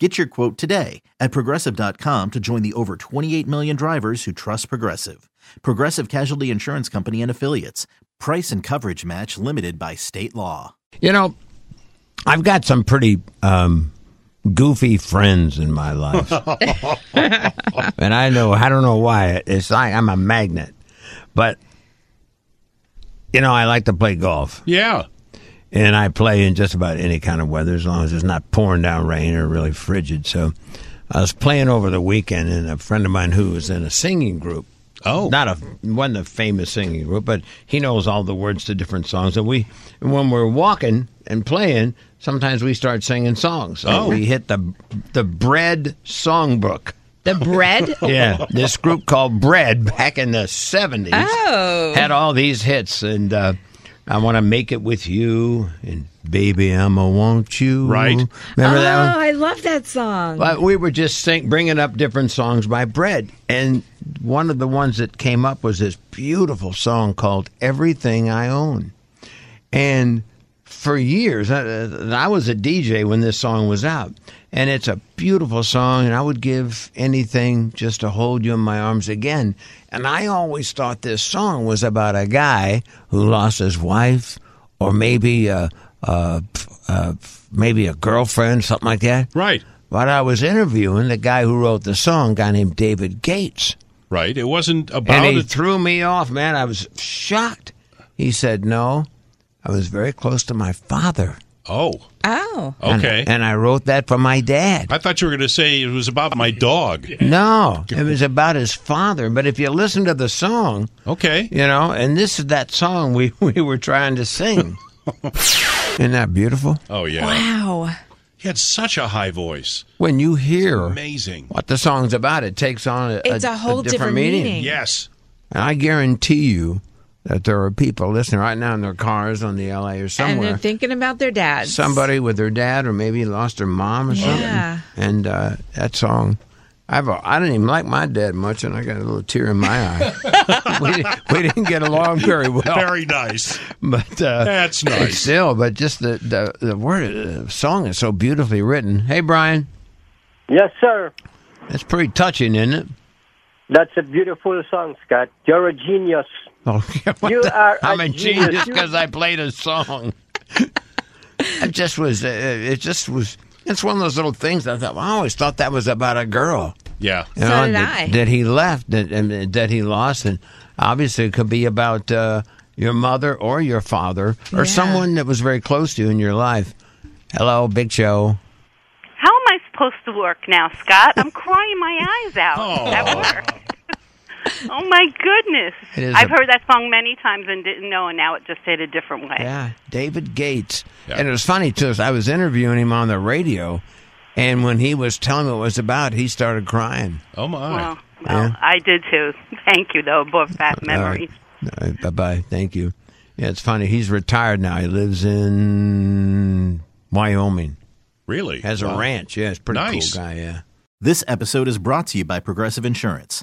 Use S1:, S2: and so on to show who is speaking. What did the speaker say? S1: Get your quote today at progressive.com to join the over 28 million drivers who trust Progressive. Progressive Casualty Insurance Company and Affiliates. Price and coverage match limited by state law.
S2: You know, I've got some pretty um, goofy friends in my life, and I know I don't know why it's like I'm a magnet, but you know I like to play golf,
S3: Yeah.
S2: and I play in just about any kind of weather as long as it's not pouring down rain or really frigid. So I was playing over the weekend, and a friend of mine who was in a singing group.
S3: Oh.
S2: not a wasn't a famous singing group, but he knows all the words to different songs. And we, and when we're walking and playing, sometimes we start singing songs. So
S3: Oh.
S2: we hit the the bread songbook.
S4: The bread?
S2: Yeah, this group called Bread back in the seventies
S4: Oh.
S2: had all these hits, and uh, I want to make it with you, and baby, I'ma want you.
S3: Right.
S2: remember
S4: oh,
S2: that one?
S4: I love that song.
S2: But we were just sing, bringing up different songs by Bread, and one of the ones that came up was this beautiful song called "Everything I Own," and for years I, uh, I was a DJ when this song was out, and it's a beautiful song, and I would give anything just to hold you in my arms again. And I always thought this song was about a guy who lost his wife, or maybe uh, a, a, a uh, maybe a girlfriend, something like that.
S3: Right.
S2: But I was interviewing the guy who wrote the song, a guy named David Gates.
S3: Right. It wasn't about
S2: And he
S3: it.
S2: threw me off, man. I was shocked. He said, No, I was very close to my father.
S3: oh.
S4: oh.
S2: And-
S3: Okay.
S2: And, I wrote that for my dad.
S3: I thought you were going to say it was about my dog.
S2: No, it was about his father. But if you listen to the song,
S3: Okay.
S2: you know, and this is that song we, we were trying to sing. Isn't that beautiful?
S3: Oh yeah.
S4: Wow.
S3: He had such a high voice.
S2: When you hear
S3: Amazing.
S2: what the song's about, it takes on a,
S4: It's a whole different meaning.
S3: Yes.
S2: And I guarantee you that there are people listening right now in their cars on the LA or
S4: And
S2: somewhere.
S4: they're thinking about their dads.
S2: somebody with their dad or maybe lost their mom or something.
S4: Yeah.
S2: And uh, that song, I've a- I didn't even like my dad much, and I got a little tear in my eye. we, di- we didn't get along very well,
S3: Very nice.
S2: but uh,
S3: That's nice.
S2: Still, but just the the the word the song is so beautifully written. Hey, Brian,
S5: Yes, sir.
S2: that's pretty touching, isn't it?
S5: That's a beautiful song, Scott. You're a genius.
S2: Oh, what
S5: You
S2: the-
S5: are a
S2: I'm a
S5: genius.
S2: genius
S5: You-
S2: because I played a song. it just was. Uh, it just was. It's one of those little things. I thought. well, I always thought that was about a girl.
S3: Yeah.
S2: You
S4: So
S2: know,
S4: did
S2: that,
S4: I.
S2: that he left, that, and that he lost, and obviously it could be about uh, your mother or your father or
S4: Yeah.
S2: someone that was very close to you in your life. Hello, Big Show.
S6: How am I supposed to work now, Scott? I'm crying my eyes out
S3: Oh.
S6: at work. oh my goodness!
S2: It is
S6: I've
S2: a-
S6: heard that song many times and didn't know, and now it just hit a different way.
S2: Yeah, David Gates.
S3: Yeah.
S2: And it was funny too. is I was interviewing him on the radio, and when he was telling me what it was about, he started crying.
S3: Oh my.
S6: Well, well,
S2: Yeah.
S6: I did too. Thank you, though, for that memory.
S2: bye bye. Thank you. Yeah, it's funny. He's retired now. He lives in Wyoming.
S3: Really?
S2: Has a
S3: Wow.
S2: ranch. Yeah, it's a pretty
S3: Nice.
S2: cool guy. Yeah.
S1: This episode is brought to you by Progressive Insurance.